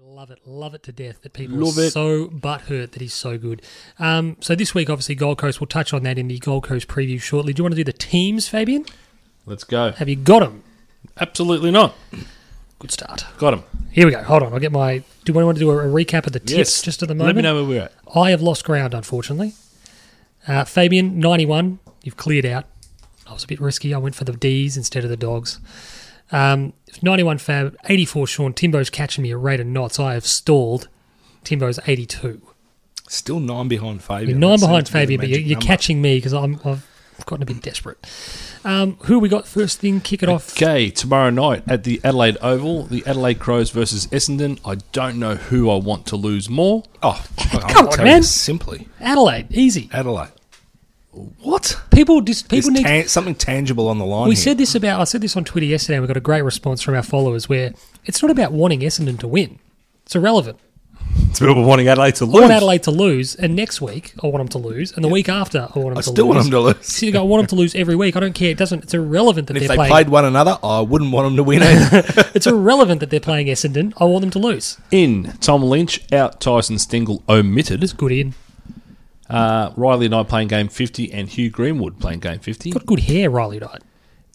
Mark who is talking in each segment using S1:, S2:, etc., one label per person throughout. S1: love it, love it to death that people
S2: Love
S1: are
S2: it.
S1: so butthurt that he's so good. Um, so this week, obviously, Gold Coast. We'll touch on that in the Gold Coast preview shortly. Do you want to do the teams, Fabian?
S2: Let's go.
S1: Have you got them?
S2: Absolutely not.
S1: Good start.
S2: Got him.
S1: Here we go. Hold on, I'll get my. Do you want to do a, a recap of the tips
S2: Yes.
S1: just at the
S2: Let
S1: moment?
S2: me know where we're at.
S1: I have lost ground, unfortunately. Uh, Fabian, 91. You've cleared out. I was a bit risky. I went for the D's instead of the dogs. Um, 91 Fab, 84 Sean. Timbo's catching me at rate of knots. I have stalled. Timbo's 82.
S2: Still nine behind Fabian.
S1: You're
S2: That
S1: nine
S2: seems
S1: behind
S2: to be the
S1: Fabian, but you're,
S2: magic
S1: you're
S2: number.
S1: catching me because I've gotten a bit desperate. Um, who we got first thing? Kick it off.
S2: Okay, tomorrow night at the Adelaide Oval, the Adelaide Crows versus Essendon. I don't know who I want to lose more.
S3: Oh,
S1: Come on, man.
S3: Simply
S1: Adelaide. Easy.
S3: Adelaide.
S2: What?
S1: People just people
S3: There's
S1: need
S3: tan- something tangible on the line.
S1: We
S3: here.
S1: said this about I said this on Twitter yesterday. and We got a great response from our followers where it's not about wanting Essendon to win. It's irrelevant.
S3: it's people wanting Adelaide to
S1: I
S3: lose.
S1: want Adelaide to lose, and next week I want them to lose, and the week after I want them to
S3: I still
S1: lose.
S3: want them to lose.
S1: So you go, I want them to lose every week. I don't care. It doesn't. It's irrelevant that
S3: And if
S1: they're
S3: they
S1: playing.
S3: played one another, I wouldn't want them to win either.
S1: It's irrelevant that they're playing Essendon. I want them to lose.
S2: In Tom Lynch, out Tyson Stengel omitted.
S1: Good in.
S2: Uh, Riley and I playing game 50, and Hugh Greenwood playing game 50.
S1: Got good hair, Riley Knight.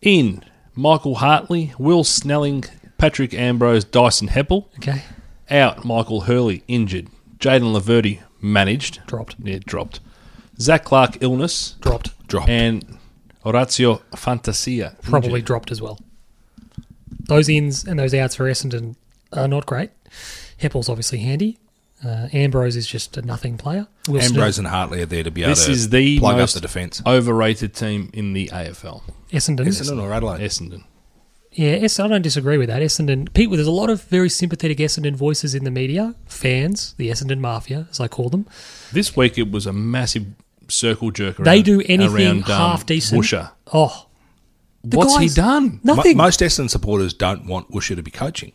S2: In Michael Hartley, Will Snelling, Patrick Ambrose, Dyson Heppel.
S1: Okay,
S2: Out Michael Hurley, injured. Jaden Laverty, managed.
S1: dropped,
S2: Yeah, dropped. Zach Clark, illness.
S1: dropped,
S3: Drop.
S2: And Horacio Fantasia.
S1: probably
S2: injured.
S1: dropped as well. Those ins and those outs for Essendon are not great. Heppel's obviously handy. Uh, Ambrose is just a nothing player. Wilson,
S3: Ambrose and Hartley are there to be able
S2: This
S3: to
S2: is the
S3: plug
S2: most
S3: up the defence.
S2: overrated team in the AFL.
S1: Essendon.
S3: Essendon or Adelaide?
S2: Essendon.
S1: Yeah, Essendon, I don't disagree with that. Essendon, people, there's a lot of very sympathetic Essendon voices in the media, fans, the Essendon mafia, as I call them.
S2: This week it was a massive circle jerk around.
S1: They do anything
S2: around, um,
S1: half decent.
S2: Woosha.
S1: Oh, The
S2: What's he
S1: guys-
S2: done?
S3: Mo-
S1: nothing.
S3: most Essendon supporters don't want Usher to be coaching.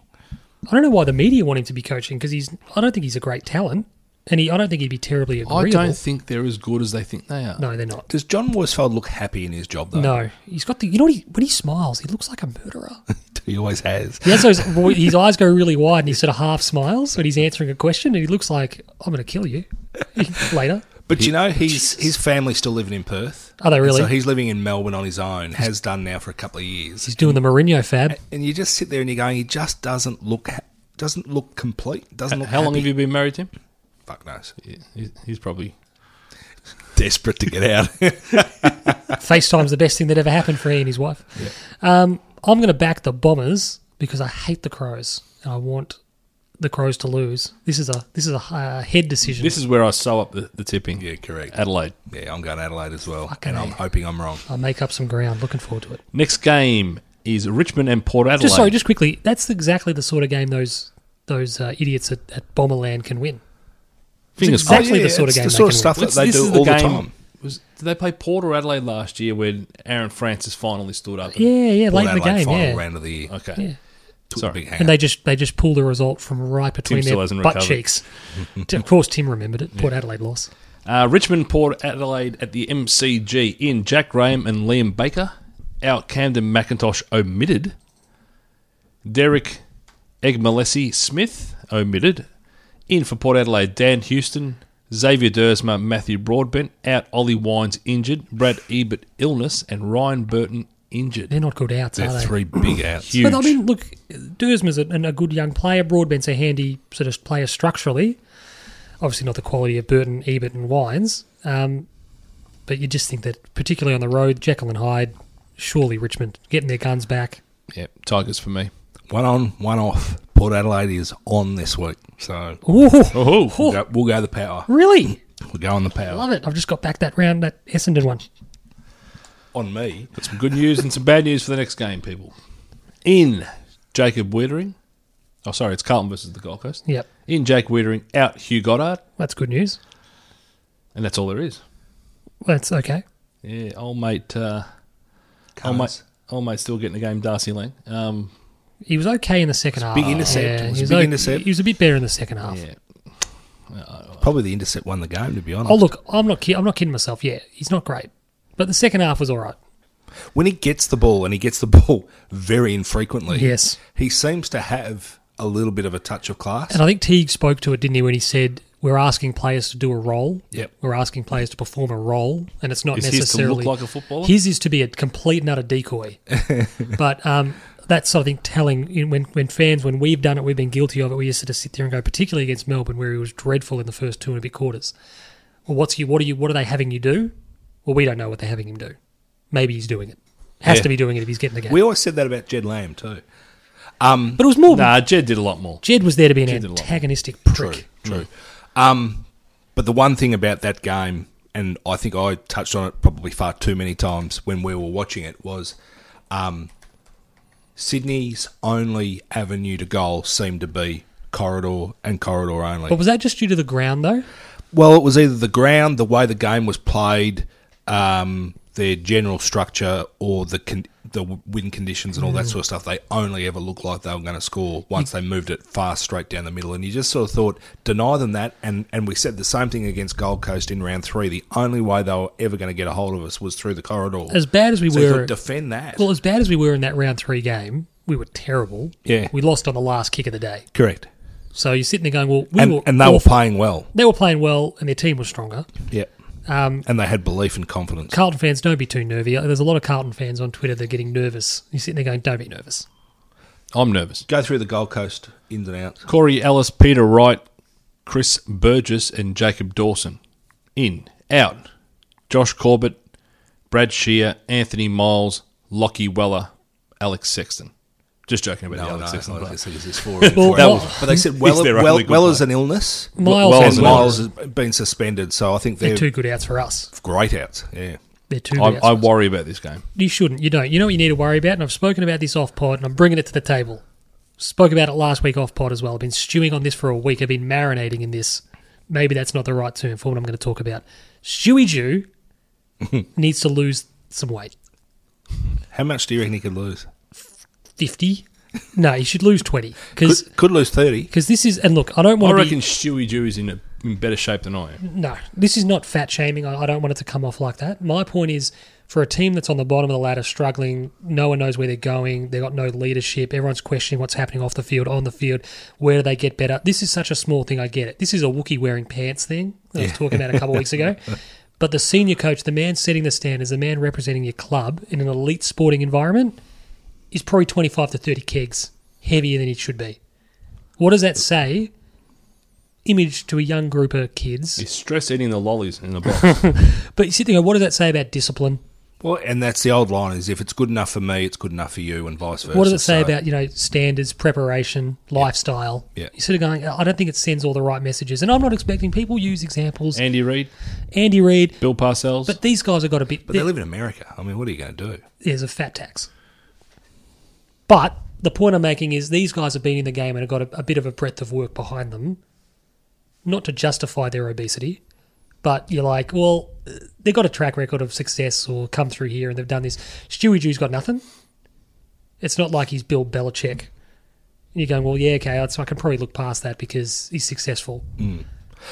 S1: I don't know why the media want him to be coaching because he's. I don't think he's a great talent, and he. I don't think he'd be terribly agreeable.
S2: I don't think they're as good as they think they are.
S1: no, they're not.
S3: Does John Worsfold look happy in his job though?
S1: No, he's got the. You know what? He, when he smiles, he looks like a murderer.
S3: he always has.
S1: He has those. his eyes go really wide, and he sort of half smiles when he's answering a question, and he looks like I'm going to kill you later.
S3: But you know, he's his family's still living in Perth.
S1: Are they
S3: And
S1: really?
S3: So he's living in Melbourne on his own. Has done now for a couple of years.
S1: He's doing the Mourinho fab.
S3: And you just sit there and you're going, he just doesn't look ha- doesn't look complete. Doesn't
S2: How
S3: look
S2: long have you been married to him?
S3: Fuck knows.
S2: Yeah, he's- He's probably.
S3: Desperate to get out.
S1: FaceTime's the best thing that ever happened for he and his wife. Um, I'm going to back the Bombers because I hate the Crows and I want the Crows to lose. This is a this is a uh, head decision.
S2: This is where I sew up the, the tipping.
S3: yeah, correct.
S2: Adelaide.
S3: Yeah, I'm going Adelaide as well,
S1: Fucking
S3: and I'm
S1: A.
S3: hoping I'm wrong.
S1: I'll make up some ground. Looking forward to it.
S2: Next game is Richmond and Port Adelaide.
S1: Just sorry, just quickly. That's exactly the sort of game those those uh, idiots at, at Bomberland can win.
S2: Fingers
S1: exactly-
S2: crossed.
S1: the sort of
S3: Oh, it's
S1: game
S3: the
S1: they
S3: sort of
S1: can
S3: stuff
S2: What's-
S3: that they
S2: this
S3: do
S2: is the
S3: all the,
S2: game-
S3: time.
S2: Was, did they play Port or Adelaide last year when Aaron Francis finally stood up? and-
S1: Yeah, yeah,
S3: All
S1: late in the
S3: Adelaide
S1: game,
S3: final
S1: yeah.
S3: round of the year.
S2: Okay.
S1: Yeah.
S3: Took
S2: Sorry.
S3: a big hangout.
S1: And they just they just pull the result from right between
S2: still
S1: their butt
S2: hasn't recovered.
S1: cheeks. T- of course, Tim remembered it. Port Adelaide loss.
S2: Uh, Richmond Port Adelaide at the MCG in Jack Graham and Liam Baker. Out Camden McIntosh omitted. Derek Egmalesi Smith omitted. In for Port Adelaide Dan Houston, Xavier Dersma, Matthew Broadbent. Out Ollie Wines injured. Brad Ebert illness and Ryan Burton injured.
S1: They're not good outs,
S3: They're
S1: are they?
S3: three big outs.
S2: Huge.
S1: But I mean, look, Dersma's a, an- a good young player. Broadbent's a handy sort of player structurally. Obviously, not the quality of Burton, Ebert, and Wines. Um, but you just think that, particularly on the road, Jekyll and Hyde, surely Richmond getting their guns back.
S2: Yep, Tigers for me.
S3: One on, one off. Port Adelaide is on this week, so
S1: Oh,
S2: Oh,
S3: we'll go, we'll go the power.
S1: really?
S3: We'll go on the power.
S1: Love it. I've just got back that round, that Essendon one.
S3: On me.
S2: Got some good news and some bad news for the next game, people. In Jacob Wittering. Oh, sorry, it's Carlton versus the Gold Coast.
S1: Yep,
S2: In Jake Wittering, out Hugh Goddard,
S1: that's good news. and
S2: and that's all there is.
S1: That's okay.
S2: Yeah, old mate, uh, old mate,
S3: Cards.
S2: old mate, still getting the game. Darcy Lang. Um,
S1: He was okay in the second half.
S3: big intercept. It was
S1: he
S3: a
S1: was
S3: big
S1: o-
S3: intercept.
S1: He was a bit better in the second half.
S2: yeah,
S3: Probably the intercept won the game, to be honest.
S1: Oh, look, I'm not. Ki- I'm not kidding myself. Yeah, he's not great, but the second half was all right.
S3: when he gets the ball, and he gets the ball very infrequently,
S1: Yes.
S3: he seems to have a little bit of a touch of class.
S1: And I think Teague spoke to it, didn't he, when he said we're asking players to do a role.
S3: Yep.
S1: We're asking players to perform a role, and it's not
S2: Is his to
S1: necessarily
S2: look like a footballer?
S1: His is to be a complete and utter decoy. but um, that's I think telling in- when when fans when we've done it, we've been guilty of it. We used to just sit there and go, particularly against Melbourne, where he was dreadful in the first two and a bit quarters. Well, what's he? What are you? What are they having you do? Well, we don't know what they're having him do. Maybe he's doing it. Has
S2: Yeah.
S1: to be doing it if he's getting the game.
S3: We always said that about Jed Lamb too.
S1: but it was more.
S2: Nah, Jed did a lot more.
S1: Jed was there to be an
S2: Jed did a lot.
S1: antagonistic prick.
S3: True. Um, but the one thing about that game, and I think I touched on it probably far too many times when we were watching it, was um, Sydney's only avenue to goal seemed to be corridor and corridor only.
S1: But was that just due to the ground though?
S3: Well, it was either the ground, the way the game was played, um, their general structure, or the con- the wind conditions and all
S1: Mm.
S3: that sort of stuff. They only ever looked like they were going to score once they moved it fast straight down the middle. And you just sort of thought, deny them that. And, and we said the same thing against Gold Coast in round three. The only way they were ever going to get a hold of us was through the corridor.
S1: As bad as we
S3: so you
S1: were,
S3: thought, defend that.
S1: Well, as bad as we were in that round three game, we were terrible.
S3: Yeah.
S1: We lost on the last kick of the day.
S3: Correct.
S1: So you're sitting there going, well, we
S3: And,
S1: were
S3: and they were
S1: awful.
S3: playing well.
S1: they were playing well and their team was stronger.
S3: Yeah.
S1: Um,
S3: And they had belief and confidence.
S1: Carlton fans, don't be too nervy. There's a lot of Carlton fans on Twitter that are getting nervous. You're sitting there going, don't be nervous.
S2: I'm nervous.
S3: Go through the Gold Coast ins and outs.
S2: Corey Ellis, Peter Wright, Chris Burgess, and Jacob Dawson. In, out. Josh Corbett, Brad Shear, Anthony Miles, Lockie Weller, Alex Sexton. Just joking about the
S3: No, no,
S2: Alex
S3: I
S2: Sexton.
S3: think
S2: part.
S3: it's four. and
S1: Well,
S3: four.
S1: that was-
S3: but they said
S2: He's
S3: well,
S2: their
S3: well,
S2: only good
S3: well is an illness,
S1: Miles,
S2: Well,
S1: and
S2: as
S3: and
S2: an
S1: Miles,
S3: Miles has been suspended, so I think
S1: they're
S3: they're
S1: two good outs for us.
S3: great outs. Yeah,
S1: They're two good outs.
S2: I, I worry about this game.
S1: you shouldn't. You don't. You know what you need to worry about? And I've spoken about this off pod and I'm bringing it to the table. Spoke about it last week off pod as well. I've been stewing on this for a week. I've been marinating in this. Maybe that's not the right term for what I'm going to talk about. Stewie Jew needs to lose some weight.
S3: how much do you reckon he could lose?
S1: 50? No, he should lose 20. Because
S3: Could, could lose thirty.
S1: this is, and look, I don't
S2: I
S1: want to
S2: reckon Stewie Jew is in, a, in better shape than I am.
S1: no, this is not fat shaming. I, I don't want it to come off like that. My point is for a team that's on the bottom of the ladder, struggling, no one knows where they're going, they've got no leadership, everyone's questioning what's happening off the field, on the field, where do they get better? This is such a small thing, I get it. This is a Wookiee wearing pants thing that I was talking about a couple of weeks ago. But the senior coach, the man setting the standards, the man representing your club in an elite sporting environment, is probably 25 to 30 kegs heavier than it should be. What does that say? Image to a young group of kids.
S2: He's stress eating the lollies in the box.
S1: But you sit there and go, what does that say about discipline?
S3: Well, and that's the old line: is if it's good enough for me, it's good enough for you, and vice versa.
S1: What does it say
S3: So,
S1: about, you know, standards, preparation, lifestyle?
S3: Yeah.
S1: You sort of going, I don't think it sends all the right messages. And I'm not expecting people use examples.
S2: Andy Reid,
S1: Andy Reid,
S2: Bill Parcells.
S1: but these guys have got a bit,
S3: But they live in America. I mean, what are you going to do?
S1: there's a fat tax. But the point I'm making is these guys have been in the game and have got a, a bit of a breadth of work behind them, not to justify their obesity, but you're like, well, uh, they've got a track record of success or come through here and they've done this. Stewie Jew's got nothing. It's not like he's Bill Belichick. And you're going, well, yeah, okay, so I can probably look past that because he's successful.
S2: Matt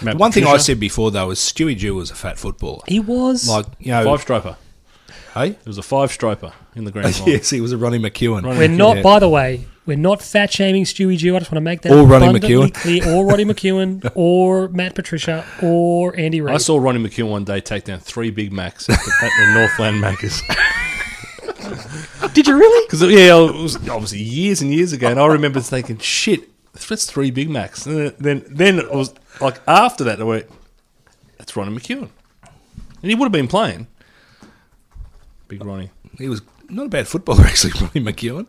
S3: The one thing I
S2: Patricia,
S3: said before though is Stewie Jew was a fat footballer.
S1: He was
S3: Like you know,
S2: Five striper.
S3: hey,
S2: It was a five striper in the grand final.
S3: yes, he was a Ronnie McEwen.
S1: We're not,
S3: Yeah.
S1: by the way, we're not fat shaming Stewie Jew. I just want to make that
S3: Or Ronnie
S1: abundantly
S3: McEwen.
S1: clear. Or Roddy McEwen, or Matt Patricia, or Andy
S2: I
S1: Reid.
S2: saw Ronnie McKeon one day take down three Big Macs at the, at the Northland Makers.
S1: Did you really?
S2: Because yeah, it was obviously years and years ago, and I remember thinking, "Shit, that's three Big Macs." And then, then it was like after that, I went, "That's Ronnie McEwen," and he would have been playing. Big Ronnie.
S3: He was not a bad footballer actually, Ronnie McEwen.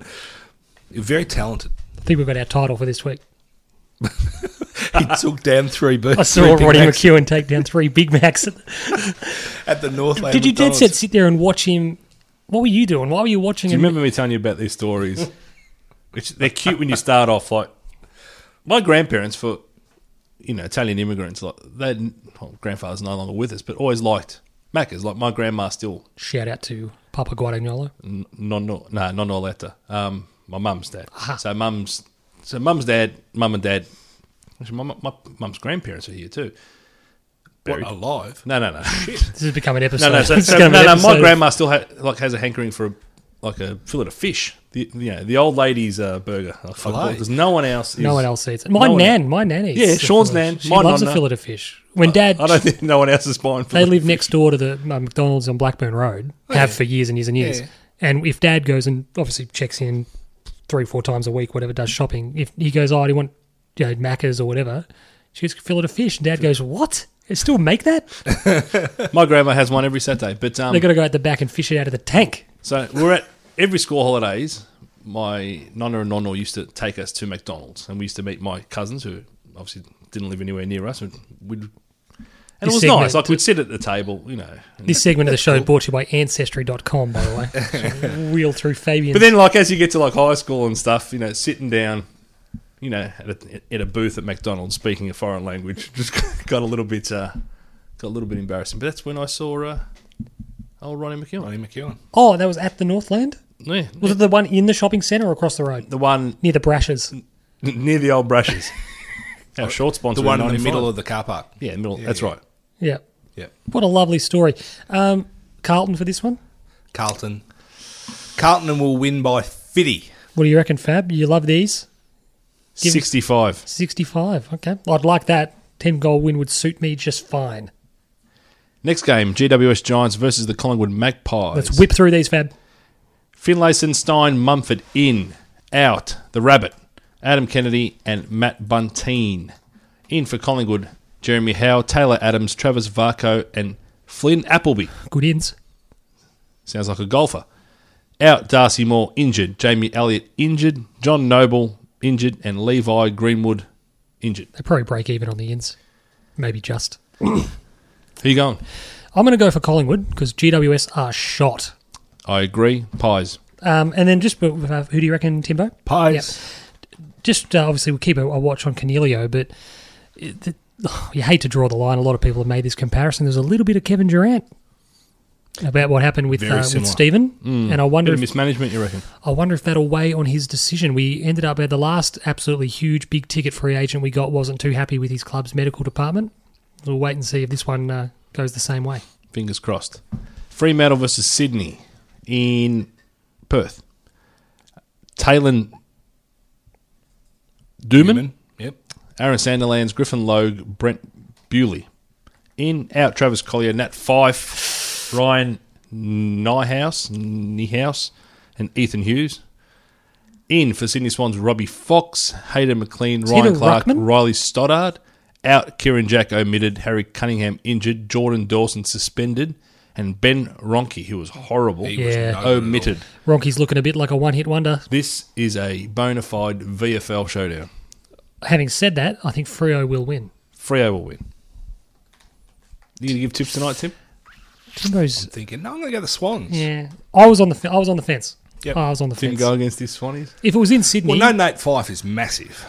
S3: Very talented.
S1: I think we've got our title for this week.
S3: He took down three birds.
S1: I saw Roddy McEwen take down three Big Macs.
S3: at the Northland.
S1: Did you dead set sit there and watch him? What were you doing? Why were you watching
S2: Do you
S1: him?
S2: remember me telling you about these stories? Which they're cute when you start off. Like my grandparents, for you know, Italian immigrants, like they well, grandfather's no longer with us, but always liked Maccas. Like my grandma still
S1: Shout out to Papa Guadagnolo.
S2: N- non no nah, non Orletta. Um, my mum's dad. So mum's so mum's dad, mum and dad. Actually, my my mum's grandparents are here too.
S3: What, alive?
S2: No, no, no.
S1: This has become an episode.
S2: No, no, so,
S1: This is
S2: so,
S1: gonna
S2: no,
S1: be an
S2: no. My
S1: episode.
S2: grandma still ha- like has a hankering for a like a fillet of fish. The you know, the old lady's uh, burger. I fuck
S3: Filet.
S2: because no one else. Is,
S1: No one else eats it. My
S2: no one
S1: nan, my nan eats.
S2: Yeah,
S1: the
S2: Sean's
S1: fillet.
S2: nan,
S1: She
S2: my
S1: loves a
S2: nonna.
S1: fillet of fish. When dad,
S2: I don't think no one else is buying.
S1: they
S2: fillet.
S1: live next door to the uh, McDonald's on Blackburn Road, have for years and years and years.
S3: Yeah.
S1: And if dad goes and obviously checks in three, four times a week, whatever, does shopping, if he goes, oh, I want you know, Macca's or whatever, she goes, fillet of fish. And dad goes, what? They still make that?
S2: My grandma has one every Saturday, but um,
S1: They've got to go out the back and fish it out of the tank.
S2: So we're at every school holidays. My nonna and nonno used to take us to McDonald's, and we used to meet my cousins who obviously didn't live anywhere near us. And we'd, and it
S1: This
S2: was
S1: segment-
S2: nice. Like we'd sit at the table, you know. and-
S1: This segment of the show brought to you by Ancestry.com, by the way. So wheel through Fabian.
S2: but then, like as you get to like high school and stuff, you know, sitting down, you know, at a, at a booth at McDonald's, speaking a foreign language, just got a little bit, uh, got a little bit embarrassing. But that's when I saw uh, old Ronnie McEwen.
S3: Ronnie McEwen.
S1: oh, that was at the Northland?
S2: Yeah,
S1: Was it the one in the shopping centre or across the road?
S2: the one
S1: Near the Brashes.
S2: near the old brushes. Our short sponsor,
S3: The one in the
S2: 95.
S3: middle of the car park.
S2: Yeah, middle. that's
S3: yeah.
S2: right.
S1: Yeah.
S3: Yep.
S1: What a lovely story. Um, Carlton for this one.
S3: Carlton. Carlton will win by 50.
S1: What do you reckon, Fab? You love these? Give-
S2: 65.
S1: 65. Okay. I'd like that. 10 goal win would suit me just fine.
S2: Next game, GWS Giants versus the Collingwood Magpies.
S1: Let's whip through these, Fab.
S2: Finlayson, Stein, Mumford in, out, the Rabbit, Adam Kennedy and Matt Bunteen. In for Collingwood, Jeremy Howe, Taylor Adams, Travis Varco and Flynn Appleby.
S1: Good ins.
S2: Sounds like a golfer. Out, Darcy Moore injured, Jamie Elliott injured, John Noble injured and Levi Greenwood injured.
S1: They probably break even on the ins. Maybe just.
S2: Who you going?
S1: I'm going to go for Collingwood because GWS are shot.
S2: I agree, Pies.
S1: Um, and then just, but, uh, who do you reckon, Timbo?
S3: Pies.
S1: Just uh, obviously, we'll keep a, a watch on Cornelio, but it, the, you hate to draw the line. A lot of people have made this comparison. There's a little bit of Kevin Durant about what happened with,
S3: Very
S1: uh, with
S3: similar.
S1: Stephen. And I wonder
S2: Bit
S1: if
S2: of mismanagement, you reckon?
S1: I wonder if that'll weigh on his decision. We ended up at the last absolutely huge big ticket free agent we got wasn't too happy with his club's medical department. We'll wait and see if this one uh, goes the same way.
S2: Fingers crossed. Fremantle versus Sydney in Perth. Taylon
S1: Hmm.
S2: Dooman,
S3: Yep.
S2: Aaron Sanderlands, Griffin Logue, Brent Bewley. In, out, Travis Collier, Nat Fife, Ryan Nyhouse, Niehaus, and Ethan Hughes. In for Sydney Swans, Robbie Fox, Hayden McLean,
S1: he
S2: Ryan
S1: the
S2: Clark,
S1: ruckman?
S2: Riley Stoddard. Out, Kieran Jack omitted, Harry Cunningham injured, Jordan Dawson suspended, and Ben Ronke, who was horrible,
S3: He was
S1: Yeah.
S3: no good at all.
S2: omitted.
S1: Ronke's looking a bit like a one hit wonder.
S2: This is a bona fide VFL showdown.
S1: Having said that, I think Frio will win.
S2: Freo will win. You gonna give tips tonight, Tim?
S1: Timbo's
S3: Thinking, no, I'm going to go the Swans.
S1: yeah. I was on the fe- I was on the fence.
S3: Yep.
S1: I was on the
S2: Tim
S1: fence.
S2: go against this Swannies?
S1: If it was in Sydney,
S3: Well, no, Nate Fife is massive.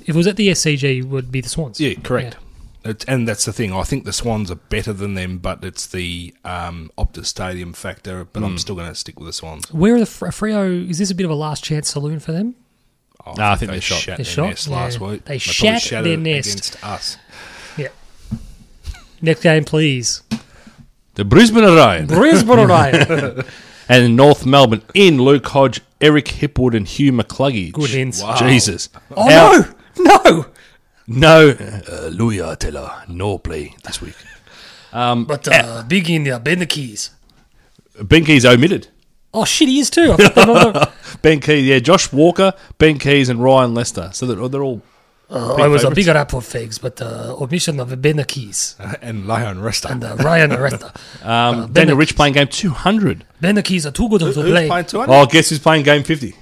S1: if it was at the SCG, it would be the Swans.
S3: Yeah, correct. It's, and that's the thing. I think the Swans are better than them, but it's the um, Optus Stadium factor. But I'm still going to stick with the Swans.
S1: Where are the Fr- Frio? Is this a bit of a last chance saloon for them?
S3: Oh,
S2: Nah, I think they shot.
S3: shat
S1: They
S3: their
S1: shot?
S3: nest last
S1: Yeah.
S3: week.
S1: They
S3: probably
S1: shat
S3: shat
S1: their
S3: it
S1: nest.
S3: against us.
S1: Yeah. Next game, please.
S2: The Brisbane Orion
S1: Brisbane United.
S2: and North Melbourne in Luke Hodge, Eric Hipwood, and Hugh McCluggage.
S1: Good hints.
S3: Wow.
S2: Jesus.
S1: Oh
S2: Out-
S1: no, no!
S2: No. Uh, Louis Artella, no play this week.
S3: Um,
S1: But uh, big in there, bend the keys.
S2: Ben Keys omitted.
S1: Oh shit, he is too. I've got them on the-
S2: Ben Keys, yeah. Josh Walker, Ben Keys, and Ryan Lester. So they're, they're all.
S1: Uh, I was a
S2: favourites.
S1: bigger app for figs, but uh, omission of bend the keys
S3: and Leon Resta.
S1: and uh, Ryan Arresta.
S2: Um,
S1: Uh, Ben
S2: Daniel
S1: the
S2: Rich playing game 200.
S1: bend the keys are too good to
S3: Who's
S1: play.
S3: playing two hundred?
S2: Oh, guess who's playing game 50?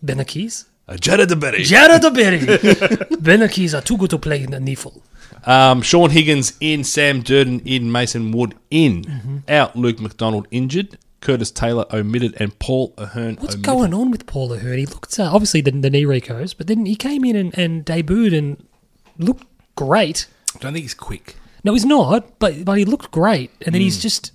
S1: Bend the keys.
S2: Uh, Jared DeBerry.
S1: Jared Berry. bend the keys are too good to play in the Neefel.
S2: Um, Sean Higgins in, Sam Durden in, Mason Wood in, out Luke McDonald injured, Curtis Taylor omitted, and Paul Ahern
S1: What's
S2: omitted.
S1: going on with Paul Ahern? He looked uh, obviously the, the knee recos, but then he came in and, and debuted and looked great.
S3: I don't think he's quick.
S1: No, he's not, but but he looked great. And then
S3: Hmm.
S1: he's just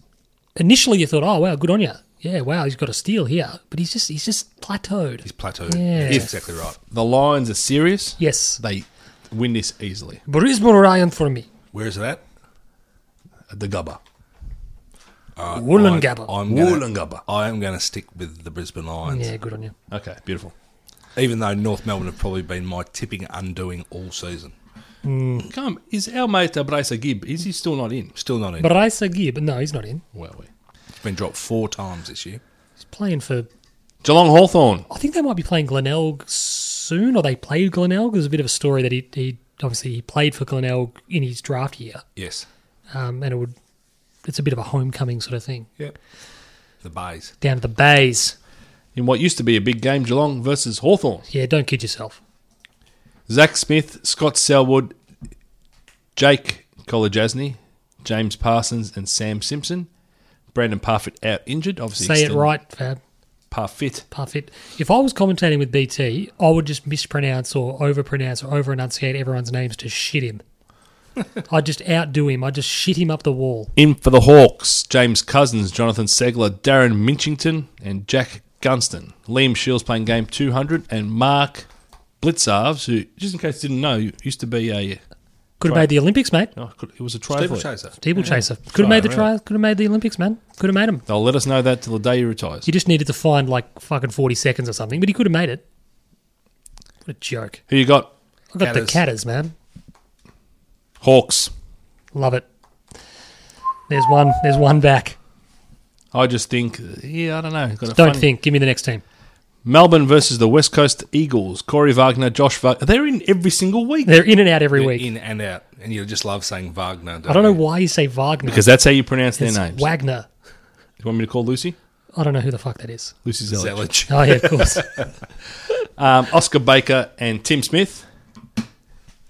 S1: initially you thought, oh wow, good on you. Yeah, wow, he's got a steal here. But he's just he's just plateaued.
S3: He's plateaued.
S1: Yeah.
S3: That's exactly right.
S2: The Lions are serious.
S1: Yes.
S2: They win this easily.
S1: Brisbane Orion for me.
S3: Where is it at?
S2: At the Gubba.
S1: Wollongabba.
S3: I- I'm
S2: Wollongabba.
S3: gonna, I am going to stick with the Brisbane Lions,
S1: Yeah, good on you.
S2: Okay, beautiful.
S3: even though North Melbourne have probably been my tipping undoing all season.
S2: Come, is our mate Abrasa Gibb, is he still not in?
S3: Still not in.
S1: But I say Gibb, no, he's not in.
S2: Where are we?
S3: it's been dropped four times this year.
S1: He's playing for.
S2: Geelong Hawthorn.
S1: I think they might be playing Glenelg soon, or they played Glenelg. There's a bit of a story that he, he obviously he played for Glenelg in his draft year,
S3: Yes.
S1: um, and it would. It's a bit of a homecoming sort of thing
S3: Yep. The Bays.
S1: down at the Bays.
S2: In what used to be a big game, Geelong versus Hawthorn.
S1: Yeah, don't kid yourself.
S2: Zach Smith, Scott Selwood, Jake Kolajasny, James Parsons, and Sam Simpson. Brandon Parfitt out injured. Obviously,
S1: Say it
S2: extended-
S1: right, Fab.
S2: Parfitt.
S1: Parfit. If I was commentating with BT, I would just mispronounce or overpronounce or over enunciate everyone's names to shit him. I'd just outdo him. I'd just shit him up the wall.
S2: In for the Hawks, James Cousins, Jonathan Segler, Darren Minchington, and Jack Gunston. Liam Shields playing game 200, and Mark Blitzarves, who, just in case you didn't know, used to be a.
S1: Could have
S2: Right.
S1: made the Olympics, mate.
S2: Oh, could- it was a
S3: People
S2: triathlete.
S3: chaser.
S1: Steeple chaser. Could have made the trial. Could have made the Olympics, man. Could have made him.
S2: They'll let us know that till the day he retires.
S1: He just needed to find like fucking forty seconds or something, but he could have made it. What a joke!
S2: Who you got?
S1: I got the
S3: Catters.
S1: catters, man.
S2: Hawks.
S1: Love it. There's one. There's one back.
S2: I just think, yeah, I don't know. Got a
S1: Don't
S2: funny-
S1: think. Give me the next team.
S2: Melbourne versus the West Coast Eagles. Corey Wagner, Josh Wagner. They're in every single week.
S1: They're in and out every week.
S3: In and out. And you just love saying Wagner.
S1: I don't know
S3: you?
S1: why you say Wagner
S2: Because that's how you pronounce their
S1: It's
S2: names.
S1: Wagner.
S2: you want me to call Lucy?
S1: I don't know who the fuck that is.
S2: Lucy Zelich.
S3: Zelich.
S1: Oh yeah, of course.
S2: Um, Oscar Baker and Tim Smith.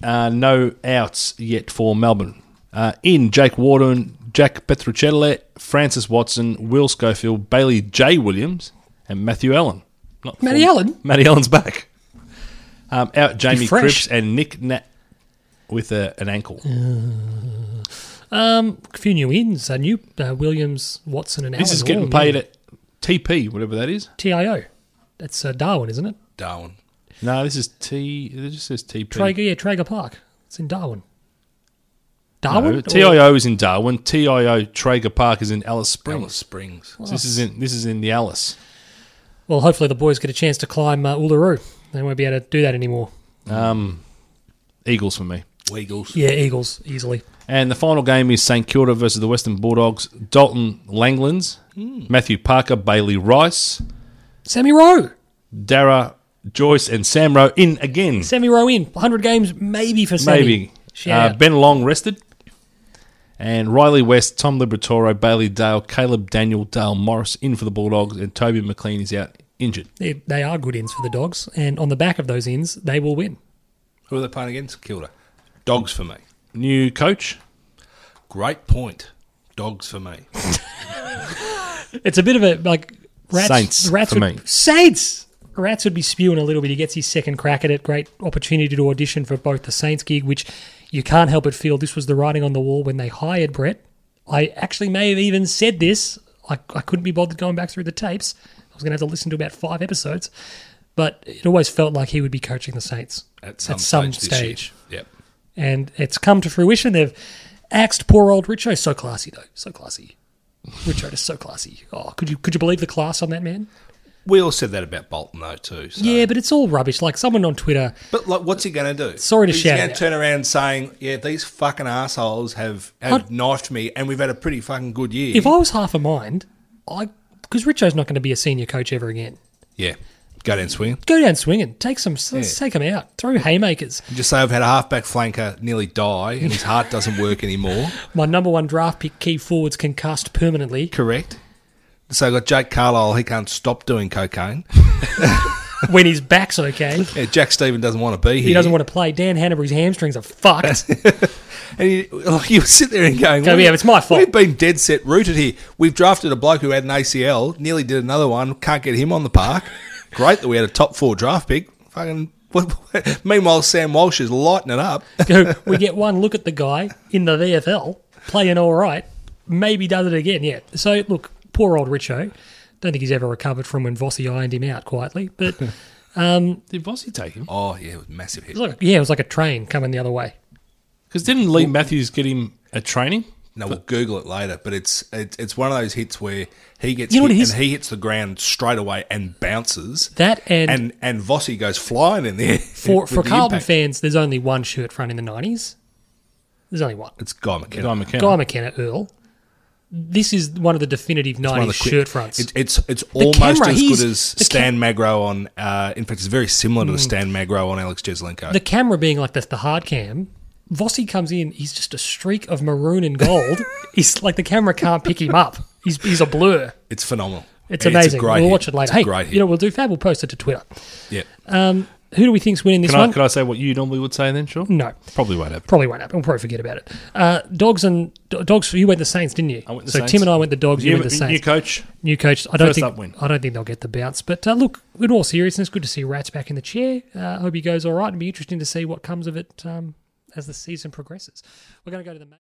S2: Uh, no outs yet for Melbourne. Uh, in Jake Warden, Jack Petruccelli, Francis Watson, Will Schofield, Bailey J. Williams, and Matthew Allen. Not
S1: Matty
S2: for-
S1: Allen?
S2: Matty Allen's back. Um, out Jamie
S1: fresh.
S2: Cripps and Nick Nat with a, an ankle.
S1: um, a few new ins. A new uh, Williams, Watson, and
S2: This
S1: Allen.
S2: is getting
S1: All
S2: paid
S1: new.
S2: at TP, whatever that is.
S1: TIO. That's uh, Darwin, isn't it?
S2: Hmm.
S3: Darwin.
S2: No, this is T. It just says TP.
S1: Traeger, yeah, Traeger Park. It's in Darwin. Darwin.
S2: No,
S1: Or-
S2: TIO is in Darwin. TIO Traeger Park is in Alice Springs.
S3: Alice Springs.
S2: So this is in this is in the Alice.
S1: Well, hopefully the boys get a chance to climb uh, Uluru. They won't be able to do that anymore.
S2: Um, Eagles for me.
S3: Weagles.
S1: Yeah, Eagles easily.
S2: And the final game is St Kilda versus the Western Bulldogs. Dalton Langlands,
S1: Hmm.
S2: Matthew Parker, Bailey Rice,
S1: Sammy Rowe.
S2: Dara Joyce, and Sam Rowe in again.
S1: Sammy Rowe in. 100 games maybe for Sammy.
S2: Maybe
S1: Shout
S2: uh,
S1: out.
S2: Ben Long rested, and Riley West, Tom Liberatore, Bailey Dale, Caleb Daniel, Dale Morris in for the Bulldogs, and Toby McLean is out injured.
S1: They, they are good ins for the Dogs. And on the back of those ins, they will win.
S3: Who are they playing against? Kilda. Dogs for me.
S2: New coach.
S3: Great point. Dogs for me.
S1: It's a bit of a like rats.
S2: Saints
S1: rats
S2: for
S1: would,
S2: me.
S1: Saints. Rats would be spewing a little bit. He gets his second crack at it. Great opportunity to audition for both the Saints gig, which you can't help but feel this was the writing on the wall when they hired Brett. I actually may have even said this. I, I couldn't be bothered going back through the tapes. I was going to have to listen to about five episodes, but it always felt like he would be coaching the Saints
S3: At some, stage. This year. Yep.
S1: and it's come to fruition. They've axed poor old Richo. So classy though, so classy. Richo is so classy. Oh, could you could you believe the class on that man?
S3: We all said that about Bolton though too. So.
S1: Yeah, but it's all rubbish. Like someone on Twitter,
S3: But like, what's he going to do?
S1: Sorry to
S3: He's
S1: shout
S3: gonna
S1: it out.
S3: turn around saying, "Yeah, these fucking assholes have, have
S1: I'd-
S3: knifed me, and we've had a pretty fucking good year."
S1: if I was half a mind, I because Richo's not going to be a senior coach ever again.
S3: yeah, go down swinging.
S1: Go down swinging, take some, let's take him out, throw haymakers.
S3: Just say I've had a halfback flanker nearly die, and his heart doesn't work anymore.
S1: My number one draft pick, key forwards concussed permanently.
S3: Correct. So I got Jake Carlisle. He can't stop doing cocaine.
S1: when his back's okay,
S3: Yeah, Jack Stephen doesn't want to be here.
S1: he doesn't want to play. Dan Hannabury's hamstrings are fucked.
S3: And oh, you, like, you sit there and going,
S1: Go,
S3: "We-
S1: yeah, it's my fault."
S3: We've been dead set rooted here. We've drafted a bloke who had an ACL, nearly did another one, can't get him on the park. Great that we had a top four draft pick. Fucking. Meanwhile, Sam Walsh is lighting it up.
S1: go, we get one look at the guy in the VFL playing all right, maybe does it again. Yeah. So look, poor old Richo. Don't think he's ever recovered from when Vossi ironed him out quietly. But
S2: Did Vossi take him?
S3: Oh, yeah, it was a massive hit.
S1: it's like- yeah, it was like a train coming the other way.
S2: Because didn't Lee Matthews get him a training
S3: No, we'll Google it later. But it's it's, it's one of those hits where he gets
S1: You know what
S3: hit
S1: it is?
S3: and he hits the ground straight away and bounces.
S1: That and,
S3: and and Vossi goes flying in there
S1: for
S3: with
S1: for
S3: the
S1: Carlton
S3: impact.
S1: fans, there's only one shirt front in the '90s. There's only one.
S3: It's Guy McKenna.
S2: Guy McKenna.
S1: Guy McKenna Earl. This is one of the definitive '90s
S3: One of the quick-
S1: shirt fronts.
S3: It's it's, it's almost
S1: camera,
S3: as
S1: he's-
S3: good as
S1: the Hmm.
S3: Stan Magro on. Uh, in fact, it's very similar to the Stan Magro on Alex Jeslenko.
S1: the camera being like that's the hard cam. Vossi comes in, he's just a streak of maroon and gold. he's like the camera can't pick him up. He's he's a blur.
S3: it's phenomenal.
S1: It's
S3: And
S1: amazing.
S3: a great
S1: we'll
S3: hit.
S1: watch it later.
S3: It's a
S1: hey,
S3: great hit.
S1: you know we'll do fab. We'll post it to Twitter.
S3: yeah.
S1: Um, who do we think's winning this
S2: Can I,
S1: one?
S2: can I say what you normally would say then, sure?
S1: no,
S2: Probably won't happen.
S1: probably won't happen. We'll probably forget about it. Uh, dogs and do- dogs. You went the Saints, didn't you?
S2: I went the
S1: so
S2: Saints.
S1: Tim and I went the dogs. You,
S2: New,
S1: went the Saints.
S2: new coach.
S1: New coach. I don't
S2: First
S1: think
S2: up win.
S1: I don't think they'll get the bounce. But uh, look, in all seriousness, good to see Rats back in the chair. Uh, I hope he goes all right. It'll be interesting to see what comes of it um, as the season progresses. We're going to go to the. ma-